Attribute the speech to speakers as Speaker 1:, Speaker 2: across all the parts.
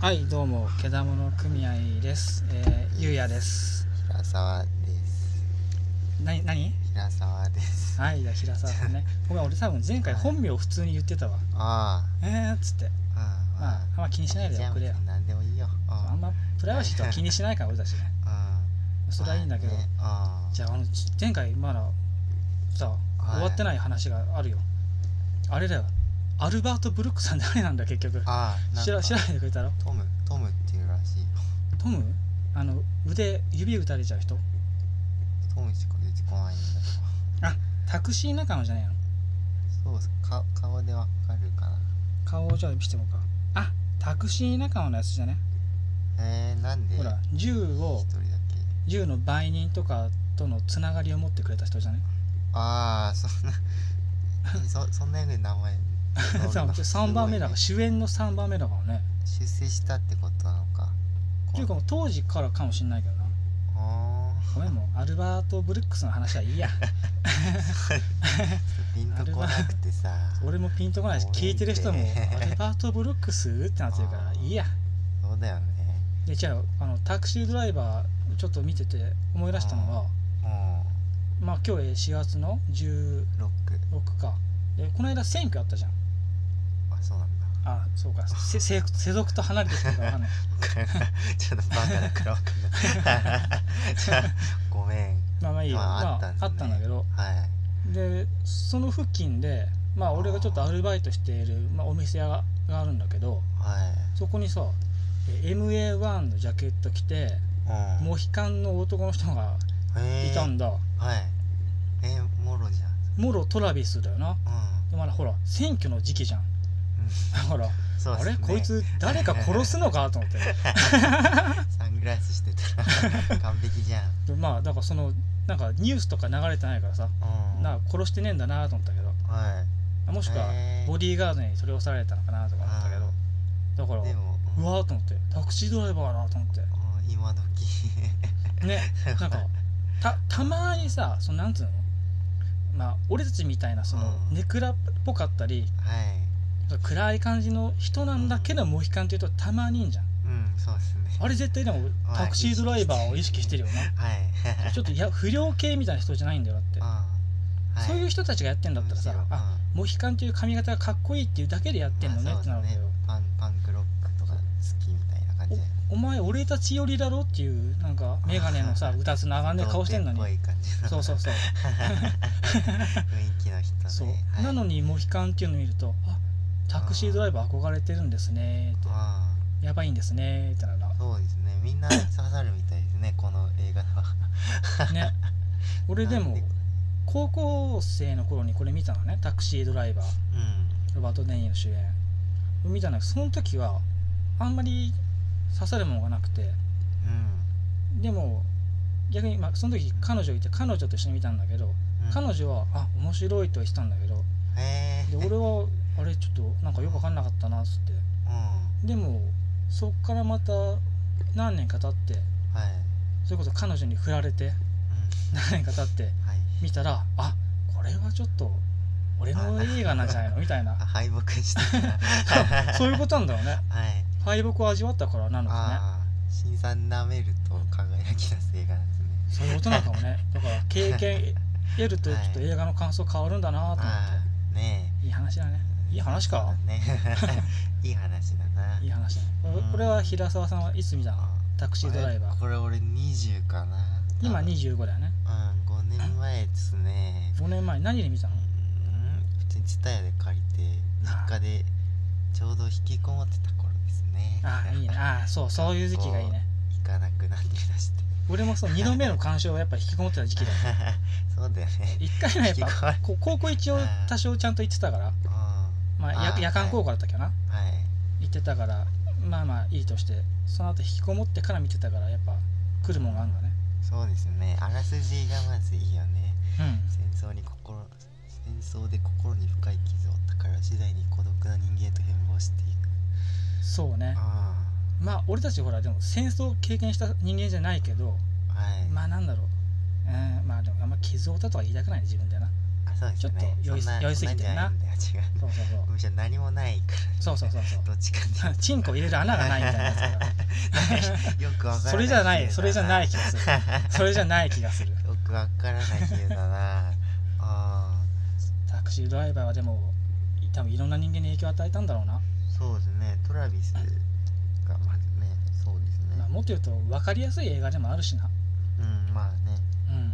Speaker 1: はいどうもけだもの組合です、えー、ゆうやです
Speaker 2: 平沢です
Speaker 1: なに何
Speaker 2: 平沢です
Speaker 1: はいだ平沢さん ねごめん俺多分前回本名普通に言ってたわ
Speaker 2: あ
Speaker 1: えーっつって
Speaker 2: ああ
Speaker 1: まああんま気にしないで
Speaker 2: じゃあ
Speaker 1: くれよ
Speaker 2: 別に何でもいいよあ
Speaker 1: あんまプライバシーとは気にしないから俺たち ね
Speaker 2: あ
Speaker 1: それはいいんだけど、
Speaker 2: まあねあ
Speaker 1: じゃああのち前回まださ、
Speaker 2: い
Speaker 1: 終わってない話があるよあれだよアルバート・ブルックさん誰なんだ結局
Speaker 2: ああなん
Speaker 1: 知ら
Speaker 2: か
Speaker 1: 知らないでくれたろ
Speaker 2: トムトムっていうらしい
Speaker 1: トムあの腕指打たれちゃう人
Speaker 2: トムしか出てこないんだ
Speaker 1: タクシー仲間じゃないの
Speaker 2: けどそうそうか顔でわかるかな
Speaker 1: 顔をじゃあ見せてもらおうかあタクシー仲間のやつじゃね
Speaker 2: えー、なんで
Speaker 1: ほら銃を
Speaker 2: 一人だけ
Speaker 1: 銃の売人とかとのつながりを持ってくれた人じゃね
Speaker 2: ああそんなそそんなように名前
Speaker 1: さ3番目だから
Speaker 2: す
Speaker 1: 主演の3番目だからね
Speaker 2: ごいね出世したってことなのか
Speaker 1: っていうかもう当時からかもしんないけどな
Speaker 2: あ
Speaker 1: ごめんもうアルバート・ブルックスの話はいい や
Speaker 2: ーピンとこなくてさ
Speaker 1: 俺もピンとこないし
Speaker 2: ごめん
Speaker 1: 聞
Speaker 2: ね
Speaker 1: いてる人も「アルバート・ブルックス?」ってなってるから
Speaker 2: あー
Speaker 1: いいや
Speaker 2: そうだよね
Speaker 1: でじゃああのタクシードライバーちょっと見てて思い出したのが
Speaker 2: も
Speaker 1: まあ今日えー4月の16
Speaker 2: うロック
Speaker 1: かでこの間選挙あったじゃん
Speaker 2: あそうなんだ
Speaker 1: あそうかせ世世俗と離れてきたからわかんない
Speaker 2: ちょっとバカだからわかんないじゃあごめん
Speaker 1: まあまあいいよ、
Speaker 2: まあ
Speaker 1: ま
Speaker 2: あった
Speaker 1: あ
Speaker 2: んです
Speaker 1: あ
Speaker 2: ね
Speaker 1: ったんだけど
Speaker 2: はい
Speaker 1: でその付近でまあ俺がちょっとアルバイトしている、まあ、お店ががあるんだけど
Speaker 2: はい
Speaker 1: そこにさえ MA1 のジャケット着て
Speaker 2: うん
Speaker 1: モヒカンの男の人が
Speaker 2: へー
Speaker 1: いたんだ、
Speaker 2: はいえー、もろじゃん
Speaker 1: モロトラビスだよな
Speaker 2: う
Speaker 1: でまだほら選挙の時期じゃんだから、
Speaker 2: んそうっ
Speaker 1: あ
Speaker 2: す
Speaker 1: れ
Speaker 2: ね
Speaker 1: こいつ誰か殺すのかと思 って
Speaker 2: サングラスしてたら 完璧じゃん
Speaker 1: でまあだからそのなんかニュースとか流れてないからさ
Speaker 2: うん
Speaker 1: な殺してねえんだなと思ったけど
Speaker 2: はい
Speaker 1: あもしくは
Speaker 2: へー
Speaker 1: ボディーガードに取り押さえられたのかなとか思ったけど
Speaker 2: あ
Speaker 1: だから
Speaker 2: でも
Speaker 1: うわーと思ってタクシードライバーだと思っ
Speaker 2: うん今時
Speaker 1: てね なんかたたまにさそのなんつうのまあ俺たちみたいなその
Speaker 2: うん
Speaker 1: ネクラっぽかったり
Speaker 2: はい
Speaker 1: 暗い感じの人なんだけどモヒカンっていうとたまにいんじゃん
Speaker 2: うんそうですね
Speaker 1: あれ絶対でも
Speaker 2: はい
Speaker 1: タクシードライバーを意識してるよな
Speaker 2: はい
Speaker 1: ちょっといや不良系みたいな人じゃないんだよだって
Speaker 2: うんはい
Speaker 1: そういう人たちがやってんだったらさ
Speaker 2: むしろ
Speaker 1: あ
Speaker 2: うん
Speaker 1: モヒカンという髪型がかっこいいっていうだけでやってんのね
Speaker 2: まあ
Speaker 1: ってなるんだよ
Speaker 2: そうですねパンパンクロックとか好きみたいな感じ
Speaker 1: お前俺たち寄りだろっていうなんか眼鏡の さうたつのあがんねえ顔してんのに
Speaker 2: 童貞っぽい感じの
Speaker 1: そうそうそう
Speaker 2: 雰囲気の人ね
Speaker 1: そう
Speaker 2: はい
Speaker 1: なのにモヒカンっていうのを見るとあタクシードライバー憧れてるんですねっ
Speaker 2: あ
Speaker 1: てやばいんですねってなるな
Speaker 2: あそうですねみんな刺さるみたいですねこの映画は
Speaker 1: ね俺で
Speaker 2: なん
Speaker 1: も
Speaker 2: で
Speaker 1: 高校生の頃にこれ見たのねタクシードライバー
Speaker 2: うん
Speaker 1: ロバート・デニーロ主演見たんだけどその時はあんまり刺さるものがなくて
Speaker 2: うん
Speaker 1: でも逆に、まあ、その時彼女いて彼女と一緒に見たんだけど、
Speaker 2: うん
Speaker 1: 彼女は「あ面白い」とは言ってたんだけど
Speaker 2: へえ
Speaker 1: で俺は「あれちょっとなんかよく分かんなかったな」っつって
Speaker 2: うんは
Speaker 1: でもそっからまた何年か経って
Speaker 2: い
Speaker 1: それこそ彼女に振られて
Speaker 2: う
Speaker 1: 何年か経って
Speaker 2: んはい
Speaker 1: 見たら「あこれはちょっと俺の映画なんじゃないの?」みたい な
Speaker 2: あ敗北した
Speaker 1: そういうことなんだろうね
Speaker 2: はい
Speaker 1: 敗北を味わったからなのかね
Speaker 2: ああ新さん舐めると輝き出す映画なんですね
Speaker 1: そういうことなのかもねだから経験得るとちょ
Speaker 2: はい
Speaker 1: っと映画の感想変わるんだなと思って、
Speaker 2: ああねえ
Speaker 1: い、い話だねいい話
Speaker 2: そう
Speaker 1: か
Speaker 2: だね いい話だない
Speaker 1: い話だねこれ
Speaker 2: うん
Speaker 1: これは平沢さんはいつ見たの
Speaker 2: あ
Speaker 1: タクシードライバー
Speaker 2: これ俺20かな
Speaker 1: 今
Speaker 2: うん
Speaker 1: 25だよね
Speaker 2: 5年前ですね
Speaker 1: 5年前何で見たの
Speaker 2: うん普通にツタヤで借りて
Speaker 1: あ
Speaker 2: 実家でちょうど引きこもってた頃ですね
Speaker 1: ああいいねああそうそういう時期がいいね
Speaker 2: 行かなくなりだして
Speaker 1: 俺もそう2度目の鑑賞はやっぱ引きこもってた時期だよ
Speaker 2: そうだよね
Speaker 1: 1回目はやっ
Speaker 2: 引きこ
Speaker 1: ぱ
Speaker 2: もり
Speaker 1: こ高校一応多少ちゃんと行ってたから、
Speaker 2: うん
Speaker 1: まあ、
Speaker 2: あ
Speaker 1: 夜
Speaker 2: ー
Speaker 1: 夜間高校だったっけな
Speaker 2: はい
Speaker 1: 行ってたからまあまあいいとしてその後引きこもってから見てたからやっぱ来るもんがあるんだね
Speaker 2: そうですねあらすじがまずいいよね
Speaker 1: うん
Speaker 2: 戦争に心戦争で心に深い傷を負ったから次第に孤独な人間へと変貌していく
Speaker 1: そうね
Speaker 2: あ
Speaker 1: まあ俺たちほらでも戦争を経験した人間じゃないけど
Speaker 2: あはい
Speaker 1: まあなんだろう、えーまあでもあんま傷を負ったとは言いたくないね自分でな
Speaker 2: あそうですよね
Speaker 1: ちょっと酔い
Speaker 2: そんな
Speaker 1: 酔いすぎてんな
Speaker 2: そんなんじゃないんだよ
Speaker 1: そうそう
Speaker 2: 違うむしろ何もないから
Speaker 1: そうそうそうそう
Speaker 2: どっちかっていう
Speaker 1: そうチンコ入れる穴がないみたいなやつだから
Speaker 2: とよくわからない
Speaker 1: それじゃないそれじゃない
Speaker 2: よ
Speaker 1: 気がするそれじゃない気がする
Speaker 2: くわからない理由だなあ
Speaker 1: タクシードライバーはでも多分いろんな人間に影響を与えたんだろうな、
Speaker 2: ーそうですねトラビスがまずねそうです
Speaker 1: まあ、
Speaker 2: ね
Speaker 1: もっと言うと分かりやすい映画でもあるしな
Speaker 2: うんまあね
Speaker 1: うん
Speaker 2: も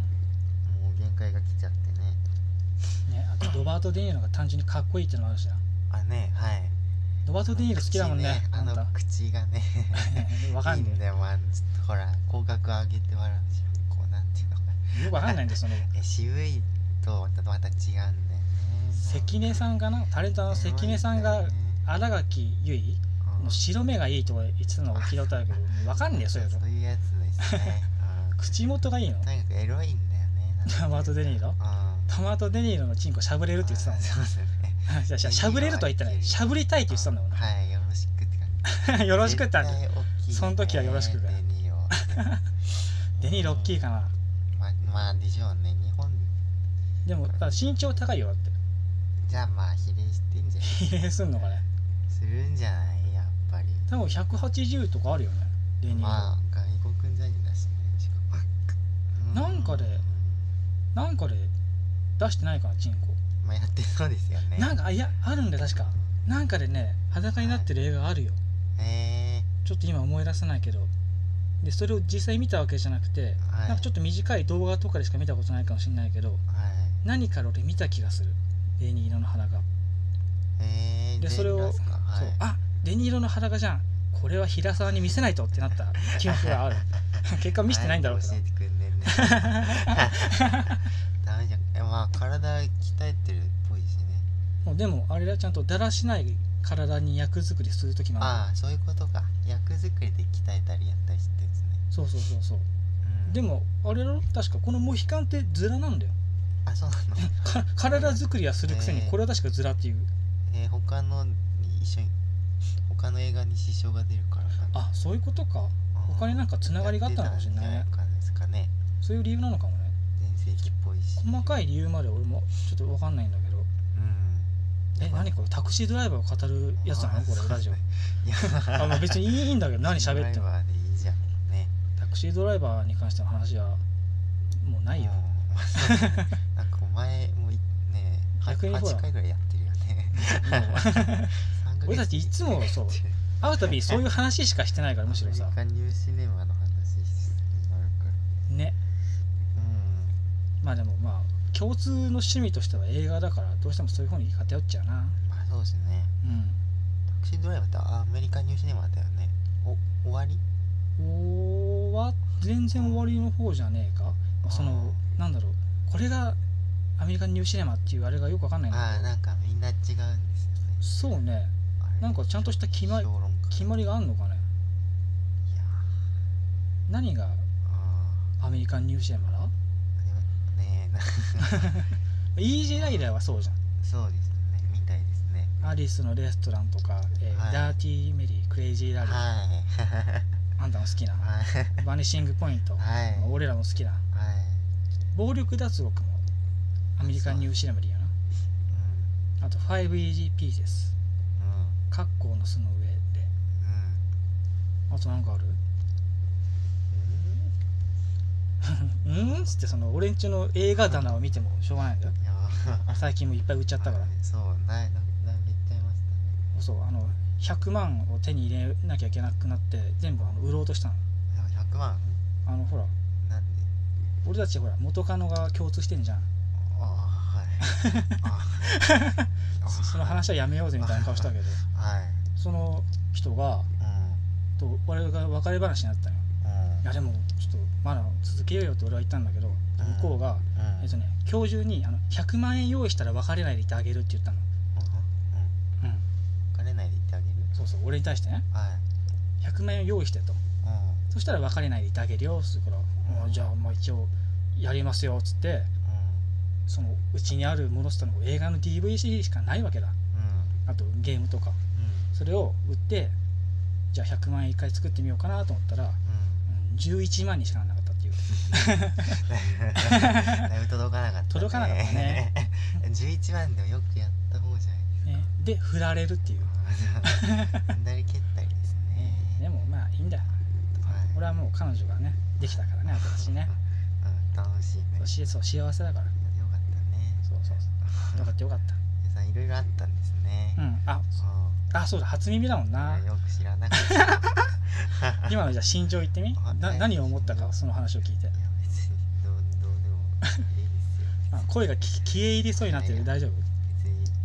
Speaker 2: う限界が来ちゃってね
Speaker 1: ねあ とロバート・デ・ニーロが単純にかっこいいってのもあるしな
Speaker 2: あねはい
Speaker 1: ロバート・デ・ニーロ好きだもんね
Speaker 2: あ
Speaker 1: あ
Speaker 2: の
Speaker 1: んた
Speaker 2: 口がね
Speaker 1: わかん
Speaker 2: いいん
Speaker 1: ね
Speaker 2: だよ、まあ、ちょっとほら口角上げて笑うしこうなんていうのかな
Speaker 1: えよくわかんないんだよその
Speaker 2: え渋いとまた違うんだよね
Speaker 1: 関根さんかなタレントの関根さんが新垣結衣の白目がいいとか言ってたのを聞いたことあるけど分かんねえよそれ
Speaker 2: う
Speaker 1: と
Speaker 2: そういうやつですね、
Speaker 1: 口元がいいの
Speaker 2: うん、とにかくエロいんだよねなんて
Speaker 1: ロバート・デ・ニーロ
Speaker 2: あ
Speaker 1: トマート・デ・ニーロのチンコしゃぶれるって言ってたもんね
Speaker 2: そうですね
Speaker 1: じゃあしゃしゃぶれるとは言ったないしゃぶりたいって言ってたんだもんね
Speaker 2: はいよろしくって感 じ
Speaker 1: よろしくってある
Speaker 2: 絶対大きいね
Speaker 1: その時はよろしくだよ
Speaker 2: デニーロは
Speaker 1: デニーロ大きいかな
Speaker 2: ままあでしょうね日本
Speaker 1: でもだから身長高いよだって
Speaker 2: じゃあまあ比例してんじゃない
Speaker 1: 比例すんのかね
Speaker 2: するんじゃないやっぱり
Speaker 1: 多分180とかあるよねデニーロ、
Speaker 2: まあ外国人だしねしかもう
Speaker 1: なんかでなんかで出してないかなチンコ
Speaker 2: まあやってそうですよね
Speaker 1: なんかあいやあるんだよ確かなんかでね裸になってる映画あるよ
Speaker 2: え
Speaker 1: ちょっと今思い出さないけどでそれを実際見たわけじゃなくて、
Speaker 2: はい
Speaker 1: なんかちょっと短い動画とかでしか見たことないかもしれないけど
Speaker 2: ー、はい
Speaker 1: 何かで俺見た気がするデニーロの裸
Speaker 2: えー、
Speaker 1: でそれを
Speaker 2: 全裸っすかは
Speaker 1: そう
Speaker 2: い
Speaker 1: あデニーロの裸じゃんこれは平沢に見せないとってなった記憶があ る結果見せてないんだろうけど
Speaker 2: 教えてくんねん ねダメじゃんえまあ体鍛えてるっぽいしね
Speaker 1: もうでもあれはちゃんとだらしない体に役作りする時もあ
Speaker 2: ああそういうことか役作りで鍛えたりやったりしてるんですね、
Speaker 1: るそうそうそうそう
Speaker 2: うん、
Speaker 1: でもあれだろ確かこのモヒカンってズラなんだよ
Speaker 2: あそうな
Speaker 1: か
Speaker 2: の
Speaker 1: 体作りはするくせに
Speaker 2: ええ
Speaker 1: これは確かズラっていう
Speaker 2: えー、他のに一緒に他の映画に支障が出るからかな
Speaker 1: あそういうことか他になんかつながりがあったのかもしれないね
Speaker 2: やってたんじゃないですかね
Speaker 1: そういう理由なのかもね
Speaker 2: 全盛期っぽいし
Speaker 1: 細かい理由まで俺もちょっと分かんないんだけど
Speaker 2: うん
Speaker 1: え何これタクシードライバーを語るやつなのこれラ ジオ
Speaker 2: いや
Speaker 1: あまあ別にいいんだけど何喋って
Speaker 2: ド
Speaker 1: も
Speaker 2: ライバーでいいじゃんね
Speaker 1: タクシードライバーに関しての話はもうないよ
Speaker 2: うんまあ そうだねなんかお前もいね
Speaker 1: 逆にほら
Speaker 2: 8回ぐらいやってる よね三ヶ月
Speaker 1: 俺たちいつも そう 会うたびにそういう話しかしてないからむしろさ
Speaker 2: アメリカニューシネマの話になるから
Speaker 1: ねまあでもまあ共通の趣味としては映画だからどうしてもそういう方に偏っちゃうな
Speaker 2: うんまあそうですねタクシードライバーってアメリカニューシネマだよねお終わり
Speaker 1: うんおは全然終わりの方じゃねえか、まあそのなんだろうこれがアメリカンニューシネマっていうあれがよくわかんないん
Speaker 2: あ
Speaker 1: だ
Speaker 2: あ
Speaker 1: けど
Speaker 2: なんかみんな違うんですよね
Speaker 1: そうね
Speaker 2: あれ
Speaker 1: なんかちゃんとした決まり
Speaker 2: 評論家
Speaker 1: 決まりがあんのかね
Speaker 2: いや
Speaker 1: 何が
Speaker 2: あ
Speaker 1: アメリカンニューシネマだ
Speaker 2: ーでもねえな
Speaker 1: イージーライダーはそうじゃん
Speaker 2: そうですねみたいですね
Speaker 1: アリスのレストランとか、えー
Speaker 2: はい
Speaker 1: ダーティーメリークレイジーラ
Speaker 2: は
Speaker 1: リ
Speaker 2: い
Speaker 1: ー、あんたの好きな
Speaker 2: はい
Speaker 1: バニシングポイント、
Speaker 2: はいはい
Speaker 1: 俺らも好きな暴力脱獄もアメリカンニューシネマでいいよ
Speaker 2: うん
Speaker 1: なあと 5EGP です
Speaker 2: うん
Speaker 1: 格好の巣の上で
Speaker 2: う
Speaker 1: あとなんかある
Speaker 2: ん
Speaker 1: うんっつってその俺んちの映画棚を見てもしょうがないんだよ
Speaker 2: いやー
Speaker 1: 最近もいっぱい売っちゃったから
Speaker 2: そうなななめちゃいましたね
Speaker 1: そうあの100万を手に入れなきゃいけなくなって全部あの売ろうとしたの
Speaker 2: いや100万
Speaker 1: あのほら
Speaker 2: なんで
Speaker 1: 俺たちほら元カノが共通してんじゃん
Speaker 2: ああはいあー
Speaker 1: そその話はやめようぜみたいな顔したけど
Speaker 2: はい
Speaker 1: その人が
Speaker 2: うん
Speaker 1: と我々が別れ話になったのよ
Speaker 2: うん
Speaker 1: いやでもちょっとまだ続けようよって俺は言ったんだけど向こうが、
Speaker 2: うん
Speaker 1: えっとね、今日中にあの100万円用意したら別れないでいてあげるって言ったの
Speaker 2: うん
Speaker 1: うん
Speaker 2: うん金ないで言ってあげる
Speaker 1: そうそう俺に対してね
Speaker 2: はい
Speaker 1: 100万円を用意してと
Speaker 2: うん
Speaker 1: そしたら別れないでいてあげるよっつうから、
Speaker 2: ん
Speaker 1: あじゃあまあ一応やりますよっつってそのうちにあるものっつったのが映画の DVC しかないわけだ
Speaker 2: うんうん
Speaker 1: あとゲームとか
Speaker 2: うん
Speaker 1: それを売ってじゃあ100万円一回作ってみようかなと思ったら、
Speaker 2: うん
Speaker 1: うん、11万にしかならなかったっていう
Speaker 2: だいぶ届かなかった、ね、
Speaker 1: 届かなかったね
Speaker 2: 11万でもよくやった方じゃないですか、
Speaker 1: ね、で振られるっていう、
Speaker 2: 踏んだり蹴ったりですね
Speaker 1: ね、でもまあいいんだ
Speaker 2: はい
Speaker 1: 俺はもう彼女がねできたからね私ね
Speaker 2: うん楽しいね
Speaker 1: そうしそう幸せだから
Speaker 2: よかったね
Speaker 1: そうそうそうよかったよかっ
Speaker 2: 皆さんいろいろあったんですね、
Speaker 1: たうんあ
Speaker 2: あ
Speaker 1: あそうだ初耳だもんな
Speaker 2: あよく知らなかった
Speaker 1: 今のじゃあ心情言ってみ
Speaker 2: あ
Speaker 1: な
Speaker 2: え
Speaker 1: 何を思ったかその話を聞いて
Speaker 2: いや別にどうどうでもいいですよ
Speaker 1: あ声がき消え入りそうになってる大丈夫
Speaker 2: 別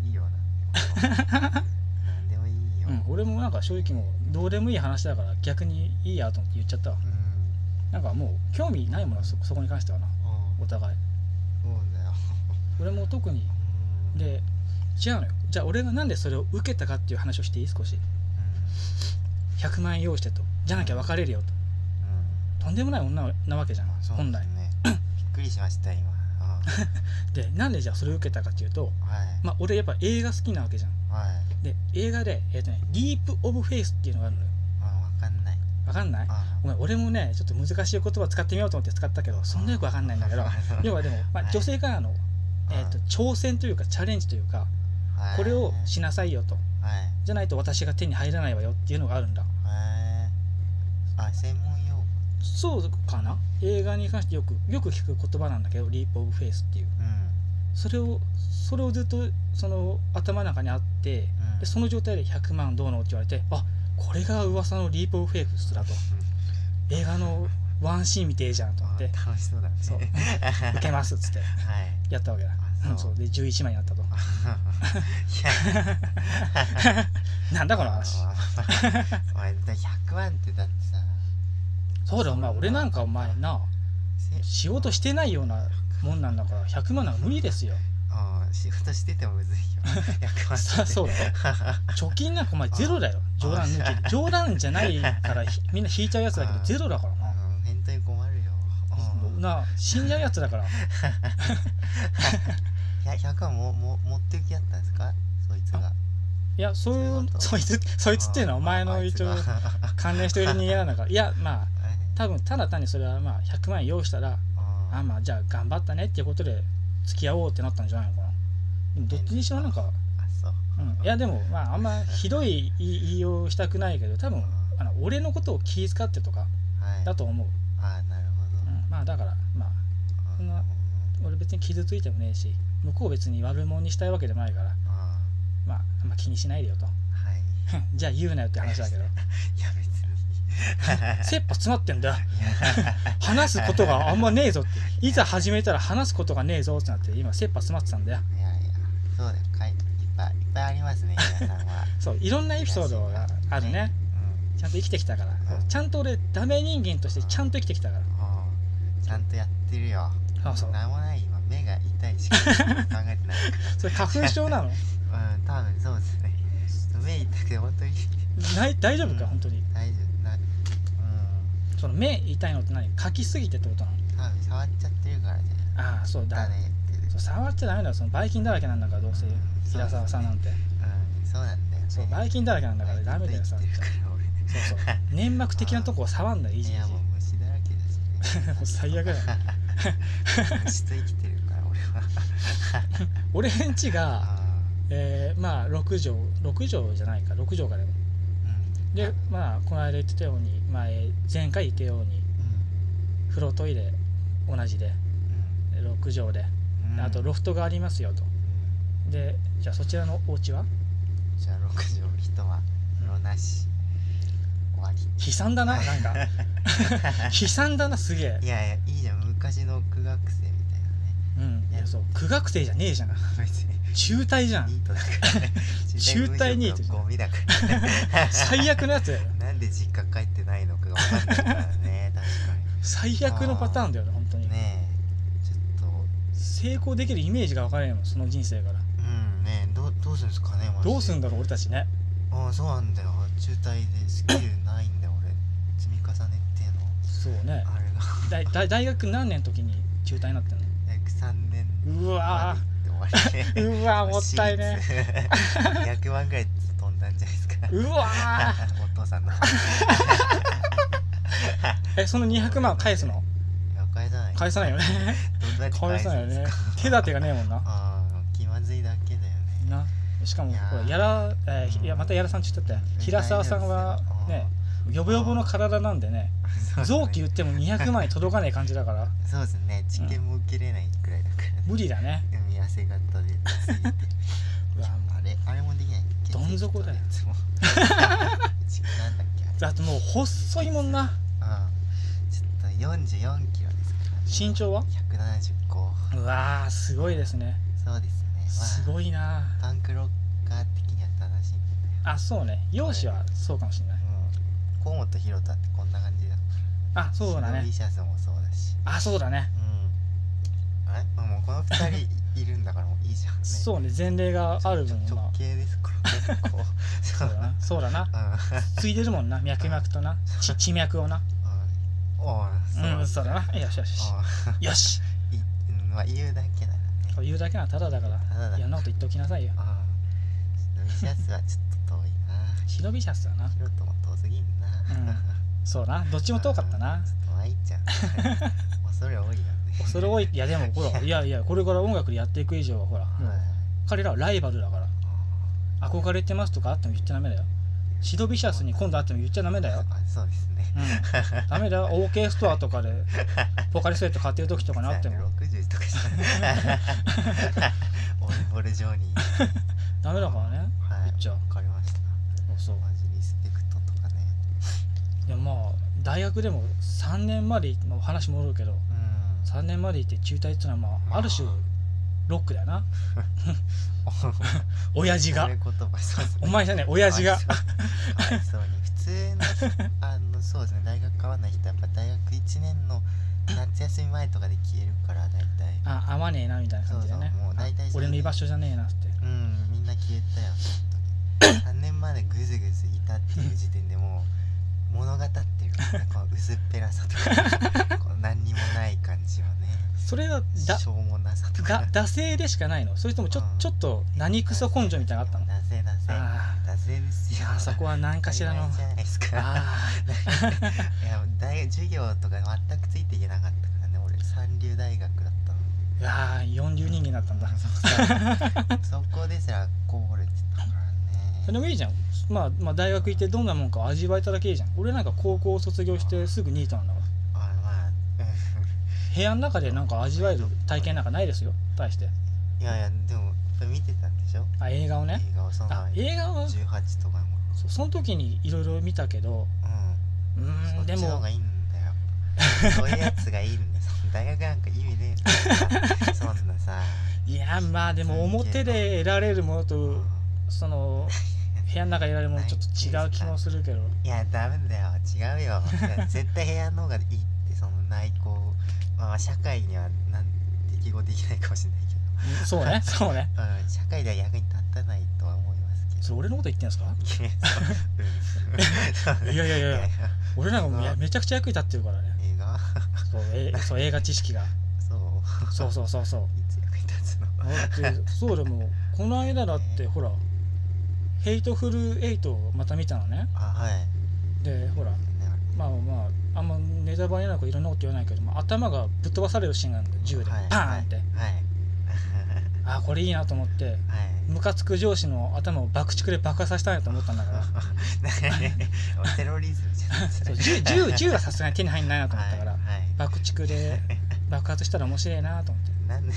Speaker 2: にいいよなんでもなんでもいいよ、
Speaker 1: うん俺もなんか正直もうどうでもいい話だから逆にいいやと思って言っちゃったわ
Speaker 2: うん
Speaker 1: なんかもう興味ないものそそこに関してはな
Speaker 2: うん
Speaker 1: お互い
Speaker 2: そうだよ
Speaker 1: 俺も特に
Speaker 2: うん
Speaker 1: で違うのよじゃあ俺がなんでそれを受けたかっていう話をしていい少し
Speaker 2: う
Speaker 1: 100万円用意してとじゃなきゃ別れるよ
Speaker 2: んうん
Speaker 1: ととんでもない女なわけじゃん
Speaker 2: そう
Speaker 1: 本来
Speaker 2: ねびっくりしました今あ
Speaker 1: でなんでじゃあそれを受けたかっていうと
Speaker 2: はい、
Speaker 1: まあ俺やっぱ映画好きなわけじゃん
Speaker 2: はい
Speaker 1: で映画で、えーとね「ディープ・オブ・フェイス」っていうのがあるのよ
Speaker 2: あ分かんない
Speaker 1: わかんない
Speaker 2: あ
Speaker 1: ごめん俺もねちょっと難しい言葉使ってみようと思って使ったけどそんなよくわかんないんだけ ど要はでも、ま
Speaker 2: は
Speaker 1: あ、
Speaker 2: い
Speaker 1: 女性からの、えー、と挑戦というかチャレンジというか
Speaker 2: はい
Speaker 1: これをしなさいよと
Speaker 2: はい
Speaker 1: じゃないと私が手に入らないわよっていうのがあるんだ
Speaker 2: はいあ専門用語
Speaker 1: そうかな映画に関してよくよく聞く言葉なんだけど「リープ・オブ・フェイス」っていう
Speaker 2: うん
Speaker 1: それをそれをずっとその頭の中にあって
Speaker 2: うん
Speaker 1: でその状態で100万どうのって言われてあこれが噂のリープ・オブ・フェイスだと映画のワンシーン見てえじゃんと思
Speaker 2: あ
Speaker 1: って
Speaker 2: 楽しそうだね
Speaker 1: そう
Speaker 2: はい
Speaker 1: 受けますっつってやったわけだ
Speaker 2: あ
Speaker 1: うん
Speaker 2: そ
Speaker 1: そううで11万や ったと
Speaker 2: いや
Speaker 1: なんだこの話
Speaker 2: お前100万ってだってさ
Speaker 1: そうだよお前俺なんかお前な
Speaker 2: せ
Speaker 1: 仕事してないようなもんなんだから100万なんか無理ですよ
Speaker 2: あ仕事しててもむずいよ100万
Speaker 1: そそうだよ貯金なんかお前ゼロだよ冗談抜き冗談じゃないからひみんな引いちゃうやつだけど
Speaker 2: あ
Speaker 1: ゼロだからな
Speaker 2: うん本当に困るようん
Speaker 1: な死んじゃうやつだから
Speaker 2: いや100はもうもう持ってきやったんですかそいつが
Speaker 1: いやそうい
Speaker 2: そういう
Speaker 1: う
Speaker 2: こと
Speaker 1: そいつそいつっていうのはお前
Speaker 2: あ
Speaker 1: の
Speaker 2: いつ
Speaker 1: 一
Speaker 2: が
Speaker 1: 応 関連してる人間なんだからいやまあ多分ただ単にそれはまあ100万円用意したらあ
Speaker 2: あ
Speaker 1: まあじゃあ頑張ったねっていうことで付き合おうってなったんじゃないのかなでもどっちにしろなんか、
Speaker 2: あそう
Speaker 1: うん、いやでもまああんまひどい言い言いようしたくないけど多分あの俺のことを気遣ってとか
Speaker 2: はい
Speaker 1: だと思う、
Speaker 2: あなる
Speaker 1: う
Speaker 2: ほ
Speaker 1: ん、まあだからまあ
Speaker 2: ど
Speaker 1: そんな俺別に傷ついてもねえし向こう別に悪者にしたいわけでもないから
Speaker 2: あ
Speaker 1: まああんま気にしないでよと
Speaker 2: はい
Speaker 1: じゃあ言うなよって話だけど
Speaker 2: いや別に
Speaker 1: 切羽詰まってんだ話すことがあんまねえぞっていざ始めたら話すことがねえぞってなって今切羽詰まってたんだよ
Speaker 2: いやいやそうだよかいいっぱいいっぱいありますね皆さんは
Speaker 1: そういろんなエピソードがあるね
Speaker 2: うん
Speaker 1: ちゃんと生きてきたから
Speaker 2: うん
Speaker 1: ちゃんと俺ダメ人間としてちゃんと生きてきたか
Speaker 2: ああちゃんとやってるよ
Speaker 1: らそうそう
Speaker 2: なんもない今目が痛いしか考えてない
Speaker 1: それ花粉症な の
Speaker 2: うん多分そうですね目痛くて本当に
Speaker 1: ない大丈夫
Speaker 2: う
Speaker 1: か
Speaker 2: ん
Speaker 1: 本当に
Speaker 2: 大丈夫なうん
Speaker 1: その目痛いのって何かきすぎてってことなの
Speaker 2: 多分触っちゃってるからじゃ
Speaker 1: ああそうだ
Speaker 2: だねって
Speaker 1: そう触っちゃダメだよそのばい菌だらけなんだからどうせ平沢さんなんて
Speaker 2: うんそうなんだよね
Speaker 1: そうばい菌だらけなんだからダメだよさ
Speaker 2: バイキンと言ってるから俺
Speaker 1: そうそ う粘膜的なとこを触んだよいいじ
Speaker 2: い
Speaker 1: ゃ
Speaker 2: や
Speaker 1: んいい
Speaker 2: もう虫だらけだしね
Speaker 1: じゃん もう最悪だよ
Speaker 2: 虫と生きてるから俺は
Speaker 1: 俺んちが、
Speaker 2: あ
Speaker 1: えーまあ6畳6畳じゃないか6畳かでも
Speaker 2: あうん
Speaker 1: で
Speaker 2: あ
Speaker 1: まあこの間言ってたように前前回言ったように
Speaker 2: うん
Speaker 1: 風呂トイレ同じでで6畳で
Speaker 2: うんうん
Speaker 1: あとロフトがありますよと
Speaker 2: うん
Speaker 1: でじゃあそちらのお家は
Speaker 2: じゃあ6畳人は風呂なし終わり
Speaker 1: 悲惨だななん か悲惨だなすげえ
Speaker 2: いやいやいいじゃん昔の苦学生みたいなね
Speaker 1: うんいやそう苦学生じゃねえじゃん
Speaker 2: 別に
Speaker 1: 中退じゃん
Speaker 2: ニートだからね
Speaker 1: 中退ニート
Speaker 2: 中ゴミだからね
Speaker 1: 最悪のやつだよ
Speaker 2: なんで実家帰ってないのかが分かんないからね確
Speaker 1: 最悪のパターンだよね本当
Speaker 2: かに
Speaker 1: に
Speaker 2: ねえちょっと
Speaker 1: 成功できるイメージが分からないもんその人生から
Speaker 2: うんねえどうどうするんですかねマジで
Speaker 1: どうすんだろう俺たちね
Speaker 2: ああそうなんだよ中退でスキルないんだよ俺積み重ねっていうの
Speaker 1: そうね
Speaker 2: あれが
Speaker 1: だだ大学何年の時に中退になってんの
Speaker 2: 約3年
Speaker 1: う
Speaker 2: ま
Speaker 1: わ
Speaker 2: で行って終わり
Speaker 1: ー
Speaker 2: ね
Speaker 1: う わーもったいね
Speaker 2: 私立200万ぐらい飛んだんじゃないで すか
Speaker 1: うわー
Speaker 2: お父さんの
Speaker 1: えその200万返すの
Speaker 2: いや
Speaker 1: 返さない よね
Speaker 2: どんだけ
Speaker 1: 返
Speaker 2: 返
Speaker 1: さない
Speaker 2: す
Speaker 1: よ
Speaker 2: んです
Speaker 1: ね
Speaker 2: か、
Speaker 1: 手立てがねえもんな
Speaker 2: ああ気まずいだけだよね
Speaker 1: なしかも
Speaker 2: いやー
Speaker 1: ほらやら、えーひいやまたやらさんちょっとやって平沢さんはねヨボヨボの体なんでね臓器
Speaker 2: そう
Speaker 1: 言
Speaker 2: で
Speaker 1: っても200枚届かない感じだ から
Speaker 2: すねそうですね知見も受けれないくらいだから、
Speaker 1: 無理だね
Speaker 2: 読み痩せ型でついて
Speaker 1: うわ
Speaker 2: あれあれもで きない
Speaker 1: どん底だよ
Speaker 2: 血液とのやつもなんだっけあれ
Speaker 1: だってもう細いもんな
Speaker 2: ああちょっと44キロですから、ね、
Speaker 1: 身長は
Speaker 2: 170個
Speaker 1: うわーすごいですね
Speaker 2: そうですねまあ
Speaker 1: すごいな
Speaker 2: パンクロッカー的には正しいんだよ
Speaker 1: あそうね容姿はそうかもしれない
Speaker 2: うん河本宏太ってこんな感じだ
Speaker 1: あそうだ
Speaker 2: シノビ
Speaker 1: ね
Speaker 2: シャスもそうだし
Speaker 1: あそうだね
Speaker 2: うんあれまあもうこの2人いるんだからもういいじゃんね
Speaker 1: そうね前例がある分
Speaker 2: ちょ
Speaker 1: ま
Speaker 2: 直
Speaker 1: あ
Speaker 2: 径ですから結構そ
Speaker 1: そうだなそうだな
Speaker 2: うん
Speaker 1: ついでるもん な脈々となち血脈をな
Speaker 2: うんおう
Speaker 1: うんそうだなよしよし
Speaker 2: おう
Speaker 1: よし
Speaker 2: いうんまあ言うだけならね
Speaker 1: こう言うだけはただだから
Speaker 2: ただだ
Speaker 1: いろんなこと言っておきなさいよ
Speaker 2: ああ飲みシャツはちょっと遠いな
Speaker 1: 忍びシャツだな
Speaker 2: ヒロトも遠すぎんな、
Speaker 1: うんそうなどっちも遠かったな
Speaker 2: ちょっと参っち ゃう恐れ多いよね
Speaker 1: 恐れ多 いいやでもほらいやいやこれから音楽でやっていく以上はほらもう
Speaker 2: はい
Speaker 1: 彼らはライバルだから憧れてますとかあっても言っちゃダメだよシドビシャスに今度会っても言っちゃダメだよ
Speaker 2: あそうですね
Speaker 1: うんダメだよオーケーストアとかでポカリスエット買ってる時とかに会っても
Speaker 2: 60とかした オルボルジョーニー
Speaker 1: ダメだからね
Speaker 2: はい
Speaker 1: 言っちゃう
Speaker 2: わかりました
Speaker 1: そう
Speaker 2: マジリスペクトとかね
Speaker 1: でもまあ大学でも3年までの話戻るけど
Speaker 2: うん
Speaker 1: 3年まで行って中退っていうのはま
Speaker 2: ま
Speaker 1: あ
Speaker 2: あ
Speaker 1: ある種ロックだよな親父が
Speaker 2: 俺言葉そうですね
Speaker 1: お前じゃね親父が
Speaker 2: かわいそうかわいそうに普通のあのそうですね大学変わんない人はやっぱ大学1年の夏休み前とかで消えるから大体
Speaker 1: あ合わねえなみたいな感じでね
Speaker 2: そうそうもう大体
Speaker 1: あ
Speaker 2: そ
Speaker 1: 俺
Speaker 2: れで
Speaker 1: の居場所じゃねえなって
Speaker 2: うんみんな消えたよ 本当に3年までグズグズいたっていう時点でもう物語ってるからねこの薄っぺらさ とかこの何にもない感じはね
Speaker 1: それがだ
Speaker 2: しょうもなさとか
Speaker 1: が惰性でしかないのそれともちょ
Speaker 2: うん
Speaker 1: ちょっと何クソ根性みたいなのあったの
Speaker 2: だせだせ
Speaker 1: あ
Speaker 2: だせです
Speaker 1: い
Speaker 2: よ
Speaker 1: やーそこは何かしらの
Speaker 2: 当たり前じゃないですか
Speaker 1: あ
Speaker 2: いや大学授業とか全くついていけなかったからね俺三流大学だったの
Speaker 1: ーいやー四流人間だったんだ
Speaker 2: そうそこですらこぼれてたから
Speaker 1: そ
Speaker 2: ね
Speaker 1: れもいいじゃん、まあ、まあ大学行ってどんなもんか味わえただけいいじゃん俺なんか高校を卒業してすぐニートなんだから
Speaker 2: あまあうん
Speaker 1: 部屋の中でなんか味わえる体験なんかないですよ対して
Speaker 2: いやいやでもやっぱ見てたんでしょ
Speaker 1: あ映画をね
Speaker 2: 映画をその
Speaker 1: あ映画はそ
Speaker 2: 18とかも
Speaker 1: うその時にいろいろ見たけど
Speaker 2: う
Speaker 1: うー
Speaker 2: ん
Speaker 1: んで
Speaker 2: そっちの方
Speaker 1: も
Speaker 2: がいいんだよ そういうやつがいいんだよその大学なんか意味ねえんだよそんな さ
Speaker 1: いやまあでも表で得られるものとそ の部屋の中で得られるものちょっと違う気もするけど
Speaker 2: いやダメだよ違 うよいや絶対部屋の方がいいってその内向まあまあ社会にはなん適合できないかもしれないけ
Speaker 1: そうねそうね
Speaker 2: ど、うん、社会では役に立たないとは思いますけど
Speaker 1: それ俺のこと言ってんすか
Speaker 2: いやそう うん
Speaker 1: いやいやいや
Speaker 2: いや
Speaker 1: 俺なんかもういやめちゃくちゃ役に立ってるからね
Speaker 2: 映画
Speaker 1: そう えそう映画知識が
Speaker 2: そう
Speaker 1: そうそうそうそう
Speaker 2: いつ役に立つの
Speaker 1: だってそうでもこの間だってほら「ヘイトフルエイトをまた見たのね
Speaker 2: あはい
Speaker 1: でほら
Speaker 2: ね
Speaker 1: まあまああんまネタバレなんかいろんなこと言わないけども頭がぶっ飛ばされるシーンがあるんだよ銃で
Speaker 2: はい
Speaker 1: パーンって
Speaker 2: はい はい
Speaker 1: あこれいいなと思って
Speaker 2: はい
Speaker 1: ムカつく上司の頭を爆竹で爆破させたいなと思ったんだから
Speaker 2: テロリズムじゃないです
Speaker 1: そう銃銃銃はさすがに手に入んないなと思ったから、
Speaker 2: はいはい
Speaker 1: 爆竹で爆発したら面白いなと思って
Speaker 2: なんで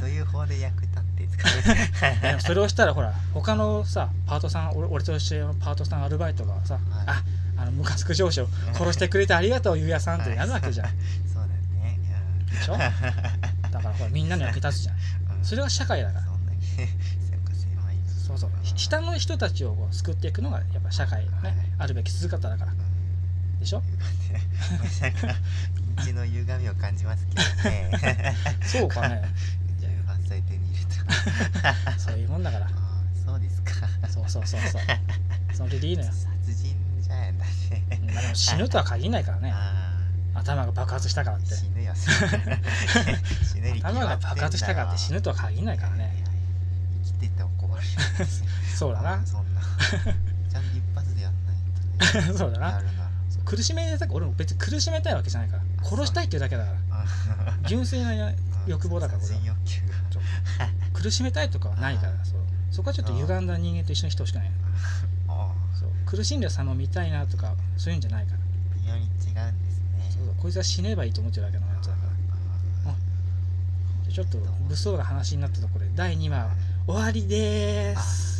Speaker 2: どういう方で役立ってんですか
Speaker 1: でもそれをしたらほら他のさパートさん俺俺と一緒のパートさんアルバイトがさ、ああのムカつく上司を殺してくれてありがとうゆうやさんってやるわけじゃんで
Speaker 2: そうだね
Speaker 1: しょだからほらみんなの役立つじゃん
Speaker 2: うん
Speaker 1: それが社会だから
Speaker 2: そんなになんか狭い
Speaker 1: そうそうひ下の人たちをこう救っていくのがやっぱ社会のねあるべき姿だからでしょ
Speaker 2: なんか道の歪みを感じますけどね
Speaker 1: そうか ね
Speaker 2: 18歳手に入れた
Speaker 1: そういうもんだから
Speaker 2: あーそうですか
Speaker 1: そうそうそうそうそれでいいのよ
Speaker 2: 殺人じゃんだね
Speaker 1: まあでも死ぬとは限らないからね
Speaker 2: あ
Speaker 1: 頭が爆発したからっ
Speaker 2: ー
Speaker 1: て
Speaker 2: 死ぬよ死ぬに決まって
Speaker 1: 頭
Speaker 2: んだろ
Speaker 1: が爆発したからって死ぬとは限らないからね
Speaker 2: いやいや生きてても困るよ
Speaker 1: そうだな
Speaker 2: そんなちゃんと一発でやんないとね
Speaker 1: そうだな
Speaker 2: やるなら
Speaker 1: 苦しめたく俺も別に苦しめたいわけじゃないから
Speaker 2: あ
Speaker 1: 殺したいっていうだけだから
Speaker 2: あ
Speaker 1: 純粋なや欲望だから
Speaker 2: 殺
Speaker 1: 俺は
Speaker 2: 人欲求が
Speaker 1: そう苦しめたいとかはないからそうそこはちょっと歪んだ人間と一緒にしてほしくない
Speaker 2: あ
Speaker 1: そう苦しんでる様を見たいなとかそういうんじゃないから
Speaker 2: あ微妙に違うんですね
Speaker 1: そうこいつは死ねばいいと思ってるだけのやつだから
Speaker 2: あ
Speaker 1: でちょっと物騒な話になったところで第2話終わりでーす